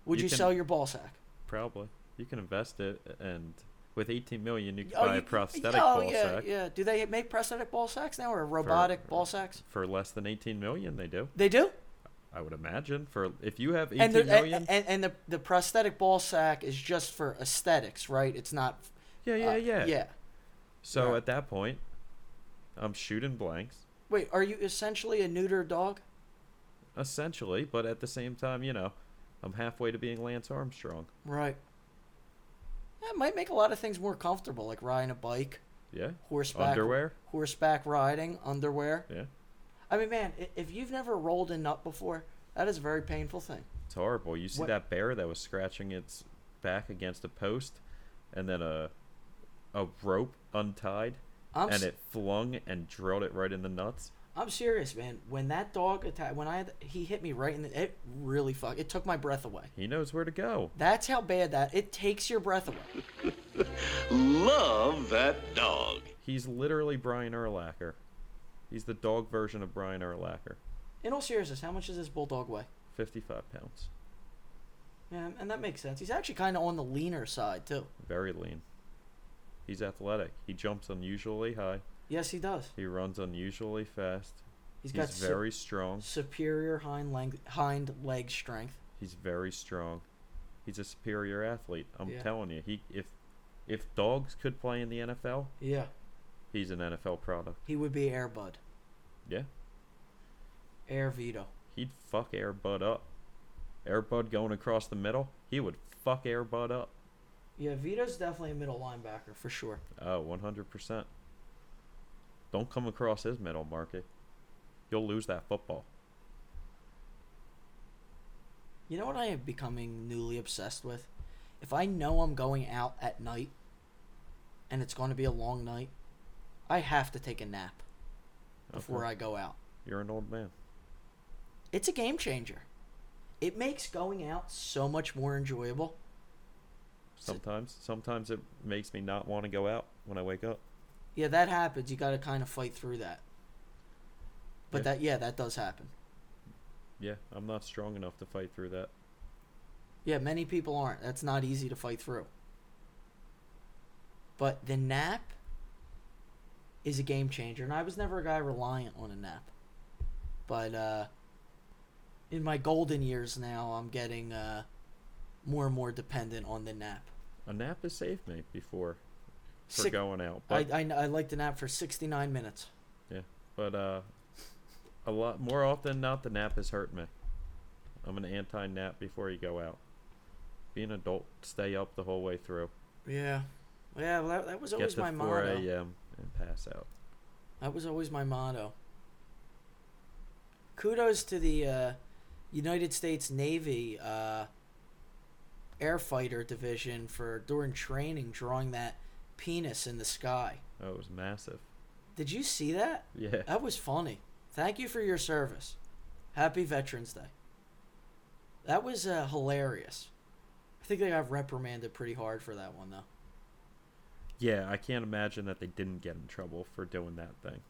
Would you,
You can-
sell your ball sack?
Probably. You can invest it, and with 18 million, you can
Oh,
buy
you-
a prosthetic
oh,
ball
yeah,
sack.
yeah. Do they make prosthetic ball sacks now or robotic ball sacks?
for less than 18 million they do
They do.
i would imagine for if you have 18
and the,
million
and- And, and the, the prosthetic ball sack is just for aesthetics, right? It's not.
Yeah, yeah, yeah.
uh, Yeah.
so at that point i'm shooting blanks
Wait, are you essentially a neuter dog?
essentially but at the same time you know i'm halfway to being lance armstrong
Right. That might make a lot of things more comfortable, like riding a bike,
yeah
horseback,
underwear
horseback riding, underwear.
yeah
I mean, man, i- if you've never rolled a nut before, that is a very painful thing.
it's horrible you see
What-
that bear that was scratching its back against a post and then a a rope untied
I'm
and
s-
it flung and drilled it right in the nuts.
I'm serious, man. When that dog attacked, when I had, he hit me right in the, it really fuck, it took my breath away.
He knows where to go.
That's how bad that it takes your breath away.
Love that dog.
He's literally Brian Erlacher. He's the dog version of Brian Erlacher.
In all seriousness, how much does this bulldog weigh?
55 pounds.
Yeah, and that makes sense. He's actually kind of on the leaner side too.
Very lean. He's athletic. He jumps unusually high.
Yes, he does.
He runs unusually fast.
He's
He's,
got su-
very strong.
Superior hind leg, hind leg strength.
He's very strong. He's a superior athlete. I'm
Yeah.
telling you. He if if dogs could play in the NFL,
Yeah,
he's an NFL product.
he would be Air Bud,
Yeah.
Air Vito.
He'd fuck Air Bud up. Air Bud going across the middle, he would fuck Air Bud up.
Yeah, Vito's definitely a middle linebacker for sure.
Oh, 100%. Don't come across his middle, Marky. You'll lose that football.
You know what I am becoming newly obsessed with? If I know I'm going out at night and it's going to be a long night, I have to take a nap before
Okay.
I go out.
You're an old man.
It's a game changer. It makes going out so much more enjoyable.
Sometimes, sometimes it makes me not want to go out when I wake up.
Yeah, that happens. You got to kind of fight through that. But
Yeah.
that yeah, that does happen.
Yeah, I'm not strong enough to fight through that.
Yeah, many people aren't. That's not easy to fight through. But the nap is a game changer, and I was never a guy reliant on a nap. But uh, in my golden years now, I'm getting uh, more and more dependent on the nap.
A nap has saved me before for
Sick-
going out.
I,
But
I I like to nap for 69 minutes.
yeah, but uh, a lot more often than not, the nap has hurt me. I'm an anti-nap before you go out. Be an adult. Stay up the whole way through.
Yeah, yeah. Well, that, that was
Get
always
to
my
4
motto.
a.m. and pass out.
That was always my motto. Kudos to the uh, United States Navy uh, Air Fighter Division for during training drawing that penis in the sky.
That was massive.
Did you see that?
Yeah.
That was funny. Thank you for your service. Happy Veterans Day. That was uh, hilarious. I think they got reprimanded pretty hard for that one though.
Yeah, I can't imagine that they didn't get in trouble for doing that thing.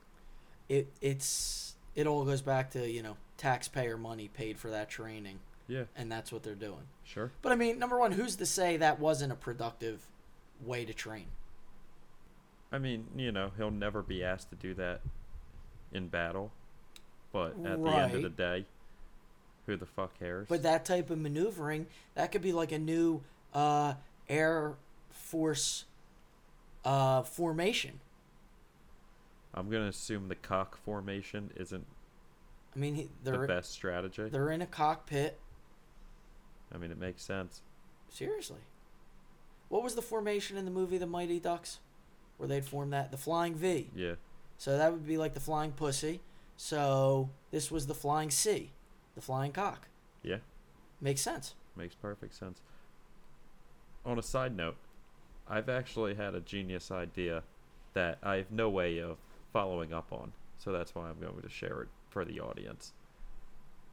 It it's it all goes back to you know taxpayer money paid for that training.
Yeah.
And that's what they're doing.
Sure.
But I mean, number one, who's to say that wasn't a productive way to train?
I mean, you know, he'll never be asked to do that in battle. But at the end of the
Right.
day, who the fuck cares?
But that type of maneuvering, that could be like a new uh, Air Force uh, formation.
I'm gonna assume the cock formation isn't
I mean, he-
the
they're
best strategy.
they're in a cockpit.
I mean, it makes sense.
Seriously, what was the formation in the movie The Mighty Ducks, where they'd form that the Flying V?
Yeah,
So that would be like the Flying Pussy. So this was the Flying C, the Flying Cock.
yeah,
Makes sense.
makes perfect sense. On a side note, I've actually had a genius idea that I have no way of following up on, so that's why I'm going to share it for the audience.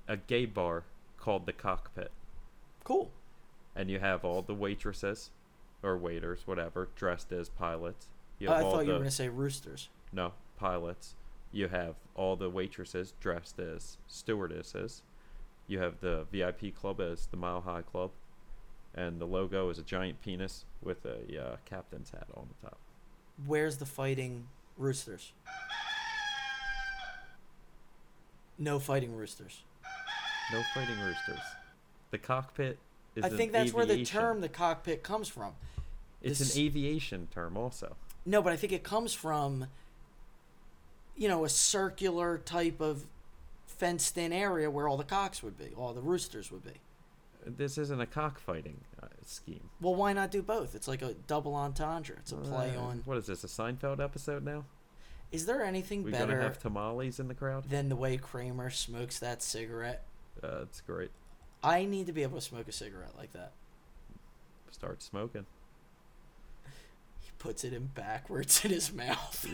A gay bar called the Cockpit.
Cool.
and you have all the waitresses or waiters, whatever, dressed as pilots. You
Oh, I
have all
thought you were
the-
gonna say roosters.
no pilots. You have all the waitresses dressed as stewardesses. You have the VIP club as the Mile High Club, and the logo is a giant penis with a uh, captain's hat on the top.
Where's the fighting roosters? No fighting roosters.
No fighting roosters. The cockpit is.
I
an
think that's where the
aviation-
term the cockpit comes from.
It's
this-
an aviation term, also.
No, but I think it comes from, you know, a circular type of fenced in area where all the cocks would be, all the roosters would be.
This isn't a cockfighting uh, scheme.
Well, why not do both? It's like a double entendre. It's a play
Uh,
on.
What is this? A Seinfeld episode now?
Is there anything
We're
better
gonna have tamales in the crowd.
than the way Kramer smokes that cigarette?
Uh, that's great.
I need to be able to smoke a cigarette like that.
Start smoking.
puts it in backwards in his mouth.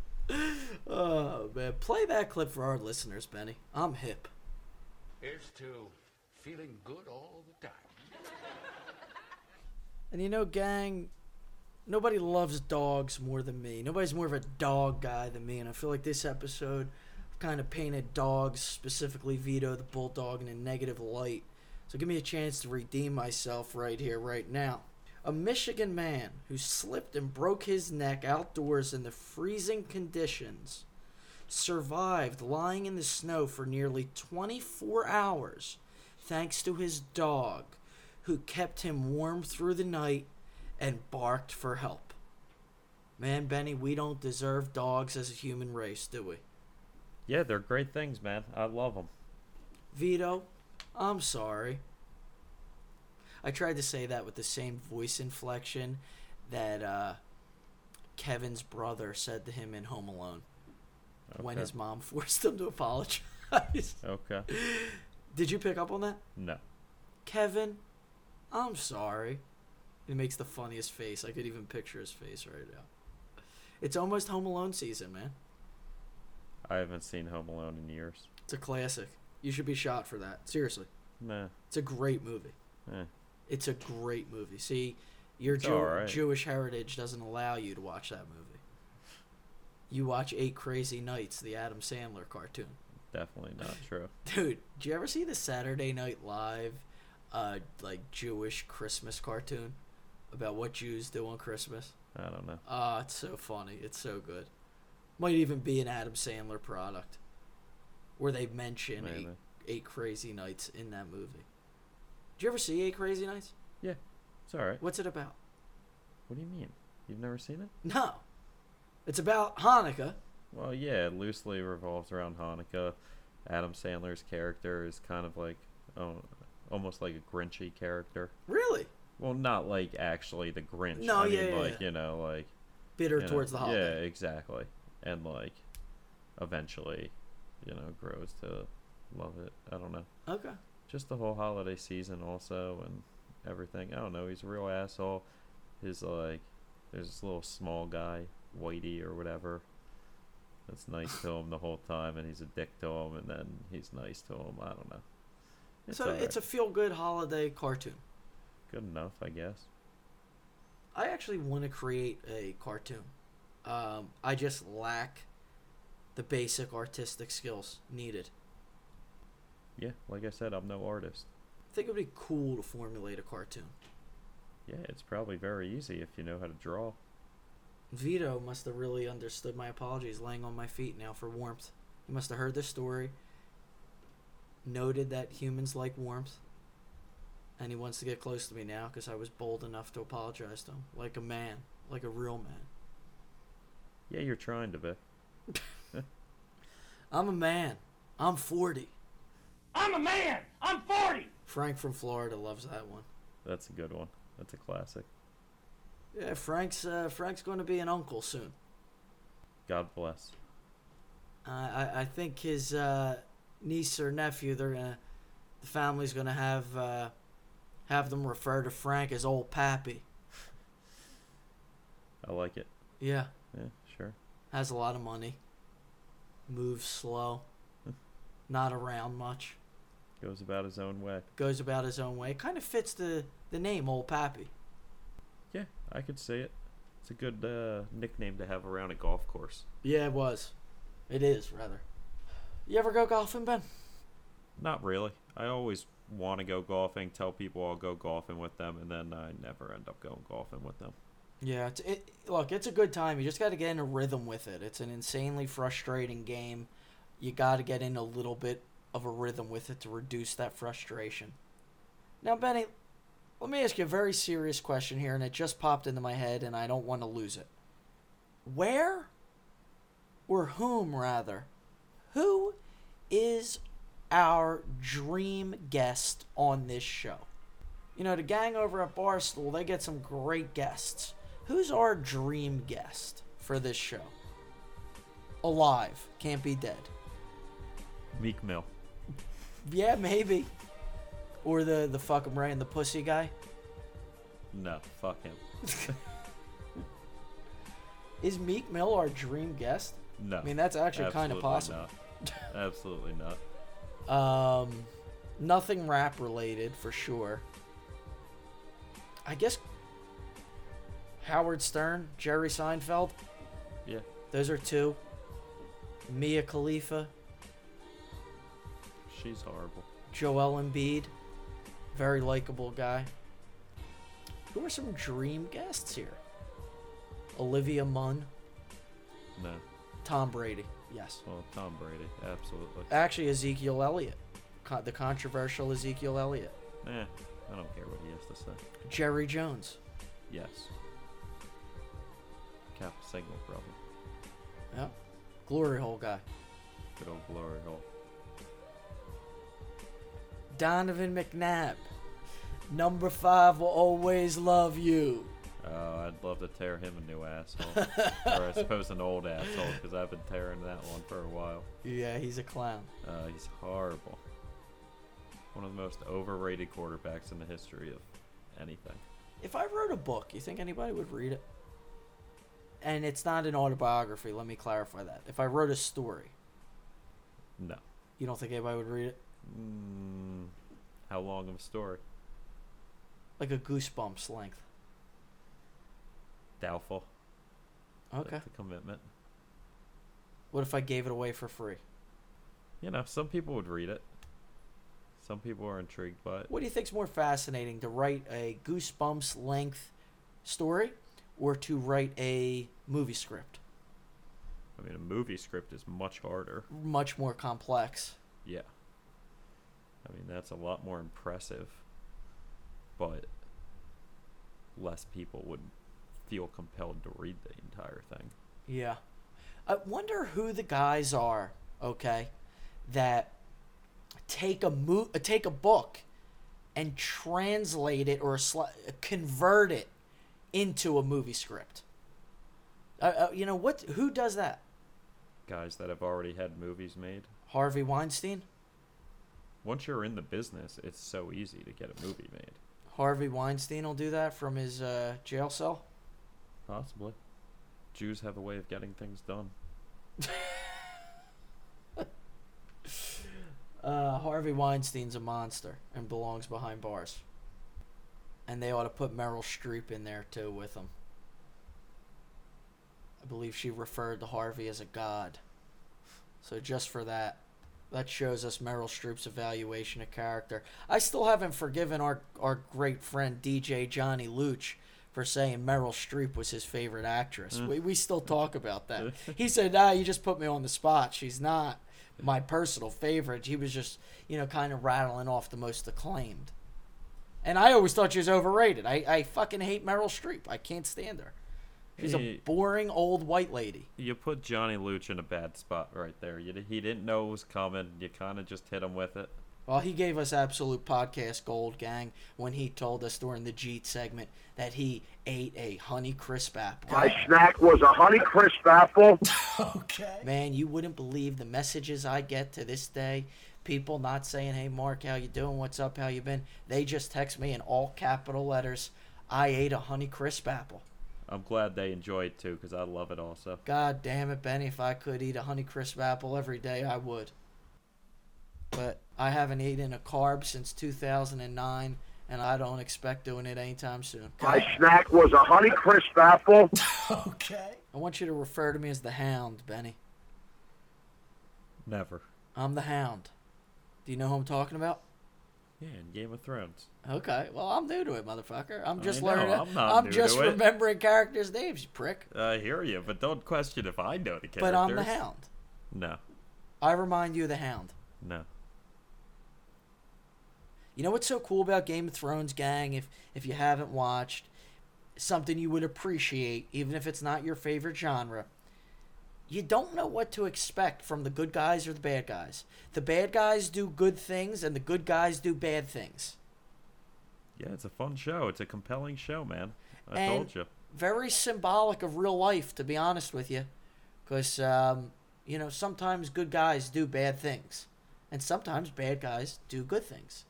oh man, play that clip for our listeners, Benny. I'm hip.
Here's to feeling good all the time.
And you know, gang, nobody loves dogs more than me. Nobody's more of a dog guy than me. And I feel like this episode kind of painted dogs, specifically Vito the Bulldog, in a negative light. So give me a chance to redeem myself right here, right now. A Michigan man who slipped and broke his neck outdoors in the freezing conditions survived lying in the snow for nearly 24 hours thanks to his dog, who kept him warm through the night and barked for help. Man, Benny, we don't deserve dogs as a human race, do we?
Yeah, they're great things, man. I love them.
Vito, I'm sorry. I tried to say that with the same voice inflection that uh, Kevin's brother said to him in Home Alone when
Okay.
his mom forced him to apologize.
Okay.
Did you pick up on that?
No.
Kevin, I'm sorry. It makes the funniest face. I could even picture his face right now. It's almost Home Alone season, man.
I haven't seen Home Alone in years.
It's a classic. You should be shot for that. Seriously.
Nah.
It's a great movie.
Eh.
It's a great movie. See, your
It's
Jew-
alright.
Jewish heritage doesn't allow you to watch that movie. You watch Eight Crazy Nights, the Adam Sandler cartoon.
Definitely not true.
Dude, do you ever see the Saturday Night Live, uh, like Jewish Christmas cartoon about what Jews do on Christmas?
I don't know.
Ah, it's so funny. It's so good. Might even be an Adam Sandler product, where they mention eight,
Maybe.
eight Crazy Nights in that movie. Did you ever see Eight Crazy Nights?
Yeah, it's all right.
What's it about?
What do you mean? You've never seen it?
No, it's about Hanukkah.
Well, yeah, it loosely revolves around Hanukkah. Adam Sandler's character is kind of like, oh, almost like a Grinchy character.
Really?
Well, not like actually the Grinch.
No,
I mean,
yeah, yeah,
like
yeah.
you know, like
Bitter
you know,
towards the holiday.
Yeah, exactly. And like, eventually, you know, grows to love it. I don't know.
Okay.
Just the whole holiday season, also, and everything. I don't know. He's a real asshole. His like, there's this little small guy, Whitey or whatever. That's nice to him the whole time, and he's a dick to him, and then he's nice to him. I don't know.
so it's a feel good holiday cartoon.
good enough, I guess.
I actually want to create a cartoon. Um, I just lack the basic artistic skills needed.
Yeah, like I said, I'm no artist.
I think it would be cool to formulate a cartoon.
Yeah, it's probably very easy if you know how to draw.
Vito must have really understood my apologies laying on my feet now for warmth. He must have heard this story, noted that humans like warmth, and he wants to get close to me now because I was bold enough to apologize to him. Like a man, like a real man.
Yeah, you're trying to be.
I'm a man. I'm 40.
I'm a man. I'm 40.
Frank from Florida loves that one.
That's a good one. That's a classic.
Yeah, Frank's uh, Frank's going to be an uncle soon.
God bless.
Uh, I I think his uh, niece or nephew they're gonna the family's gonna have uh, have them refer to Frank as old pappy.
I like it.
Yeah,
Yeah, sure.
has a lot of money, moves slow, not around much,
Goes about his own way.
goes about his own way. Kind of fits the the name old pappy.
Yeah, I could see it. It's a good uh, nickname to have around a golf course.
Yeah, it was. It is rather. You ever go golfing, Ben?
Not really. I always want to go golfing, tell people I'll go golfing with them, and then I never end up going golfing with them.
Yeah, it's, it look, it's a good time. You just got to get in a rhythm with it. It's an insanely frustrating game. You got to get in a little bit of a rhythm with it to reduce that frustration. Now, Benny, let me ask you a very serious question here, and it just popped into my head, and I don't want to lose it. Where, or whom rather, who is our dream guest on this show? You know, the gang over at Barstool, they get some great guests. Who's our dream guest for this show? Alive, can't be dead.
Meek Mill.
Yeah, maybe. Or the the fuck 'em right and the pussy guy.
No, fuck him.
Is Meek Mill our dream guest?
No.
I mean, that's actually kind of
Absolutely
possible.
not. Absolutely not.
Um, nothing rap related for sure. I guess Howard Stern, Jerry Seinfeld.
Yeah.
Those are two. Mia Khalifa,
She's horrible.
Joel Embiid, very likable guy. Who are some dream guests here? Olivia Munn,
No.
Tom Brady. Yes.
Well, Tom Brady. Absolutely.
Actually, Ezekiel Elliott, Con- the controversial Ezekiel Elliott.
Eh, I don't care what he has to say.
Jerry Jones.
Yes. Cap signal problem.
Yeah. Glory hole guy.
Good old glory hole.
Donovan McNabb. Number five will always love you.
Oh, I'd love to tear him a new asshole. or I suppose an old asshole, because I've been tearing that one for a while.
Yeah, he's a clown.
Uh, he's horrible. One of the most overrated quarterbacks in the history of anything.
If I wrote a book, you think anybody would read it? And it's not an autobiography, let me clarify that. If I wrote a story,
No.
you don't think anybody would read it?
Mm, how long of a story?
Like a goosebumps length.
Doubtful.
Okay.
That's a commitment.
What if I gave it away for free?
You know, some people would read it. Some people are intrigued by it.
What do you think's more fascinating to write a goosebumps length story or to write a movie script?
I mean, a movie script is much harder.
Much more complex.
Yeah. I mean, that's a lot more impressive, but less people would feel compelled to read the entire thing.
Yeah. I wonder who the guys are, okay, that take a mo- uh, take a book and translate it or sli- uh, convert it into a movie script. Uh, uh, you know what who does that?
Guys that have already had movies made.
Harvey Weinstein?
Once you're in the business, it's so easy to get a movie made.
Harvey Weinstein will do that from his uh, jail cell.
Possibly. Jews have a way of getting things done.
Uh, Harvey Weinstein's a monster and belongs behind bars. And they ought to put Meryl Streep in there too with him. I believe she referred to Harvey as a god. So just for that, that shows us Meryl Streep's evaluation of character. I still haven't forgiven our our great friend DJ Johnny Luch for saying Meryl Streep was his favorite actress.
Mm.
We we still talk about that. He said, "Nah, you just put me on the spot. She's not my personal favorite." He was just you know kind of rattling off the most acclaimed. And I always thought she was overrated. I, I fucking hate Meryl Streep. I can't stand her. She's a
Hey.
boring old white lady.
You put Johnny Luch in a bad spot right there. You, he didn't know it was coming. You kind of just hit him with it.
Well, he gave us absolute podcast gold, gang, when he told us during the Jeet segment that he ate a Honey Crisp apple.
My snack was a Honey Crisp apple.
Man, you wouldn't believe the messages I get to this day. People not saying, "Hey, Mark, how you doing? What's up? How you been?" They just text me in all capital letters. I ate a Honey Crisp apple.
I'm glad they enjoy it too, because I love it also.
God damn it, Benny! If I could eat a Honey Crisp apple every day, I would. But I haven't eaten a carb since 2009, and I don't expect doing it anytime soon.
My snack was a Honey Crisp apple.
Okay. I want you to refer to me as the Hound, Benny.
Never.
I'm the Hound. Do you know who I'm talking about?
Yeah, in Game of Thrones.
Okay. Well, I'm new to it, motherfucker. I'm
I
just
know,
learning.
I'm not new to
just
it.
remembering characters' names, you prick.
I hear you, but don't question if I know the characters.
But I'm the Hound.
No,
I remind you of the Hound.
no.
You know what's so cool about Game of Thrones, gang? If if you haven't watched, something you would appreciate, even if it's not your favorite genre. You don't know what to expect from the good guys or the bad guys. The bad guys do good things, and the good guys do bad things.
Yeah, it's a fun show. It's a compelling show, man. I
And
told you.
Very symbolic of real life, to be honest with you, because um, you know sometimes good guys do bad things, and sometimes bad guys do good things.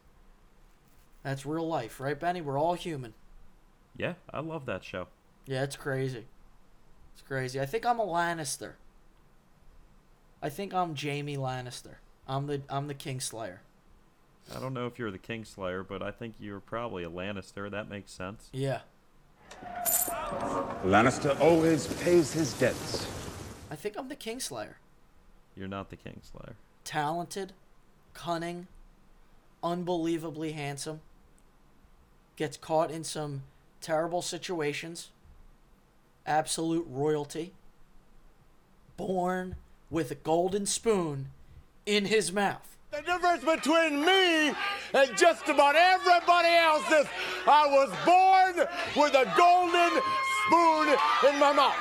That's real life, right, Benny? We're all human.
Yeah, I love that show.
Yeah, it's crazy. It's crazy. I think I'm a Lannister. I think I'm Jamie Lannister. I'm the I'm the Kingslayer.
I don't know if you're the Kingslayer, but I think you're probably a Lannister. That makes sense.
Yeah.
Lannister always pays his debts.
I think I'm the Kingslayer.
You're not the Kingslayer.
Talented, cunning, unbelievably handsome. Gets caught in some terrible situations. Absolute royalty. Born with a golden spoon in his mouth.
The difference between me and just about everybody else is I was born with a golden spoon in my mouth.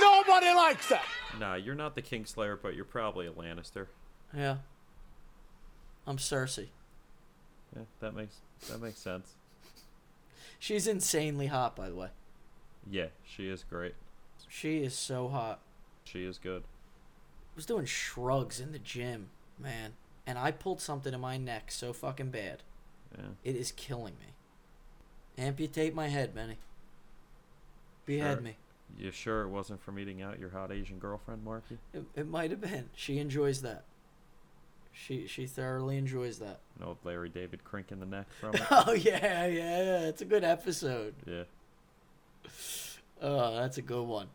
Nobody likes that.
Nah, you're not the Kingslayer, but you're probably a Lannister.
Yeah. I'm Cersei.
Yeah, that makes that makes sense.
She's insanely hot, by the way.
Yeah, she is great.
She is so hot.
She is good.
I was doing shrugs in the gym, man, and I pulled something in my neck so fucking bad.
Yeah.
It is killing me. Amputate my head, Benny. Behead
Sure.
me.
You sure it wasn't from eating out your hot Asian girlfriend, Marky?
It, it might have been. She enjoys that. She she thoroughly enjoys that.
An old Larry David crink in the neck from it.
Oh yeah, yeah, yeah. It's a good episode.
Yeah.
Oh, that's a good one.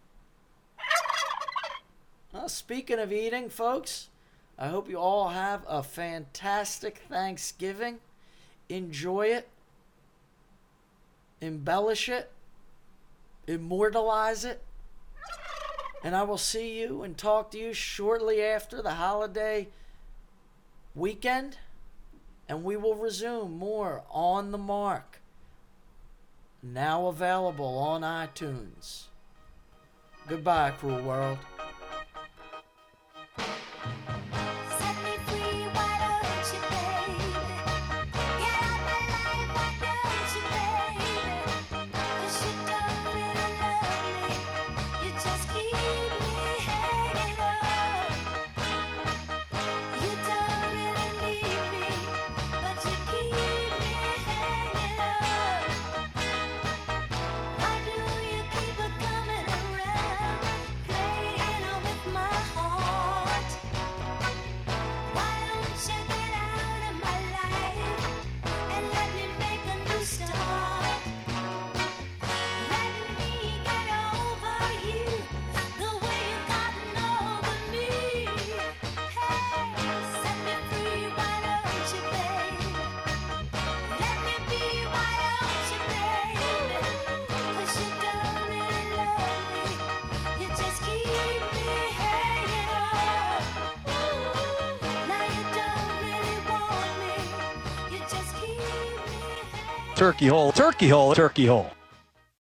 Well, speaking of eating, folks, I hope you all have a fantastic Thanksgiving. Enjoy it. Embellish it. Immortalize it. And I will see you and talk to you shortly after the holiday weekend. And we will resume more on the mark. Now available on iTunes. Goodbye, cruel world.
Turkey hole, turkey hole, turkey hole.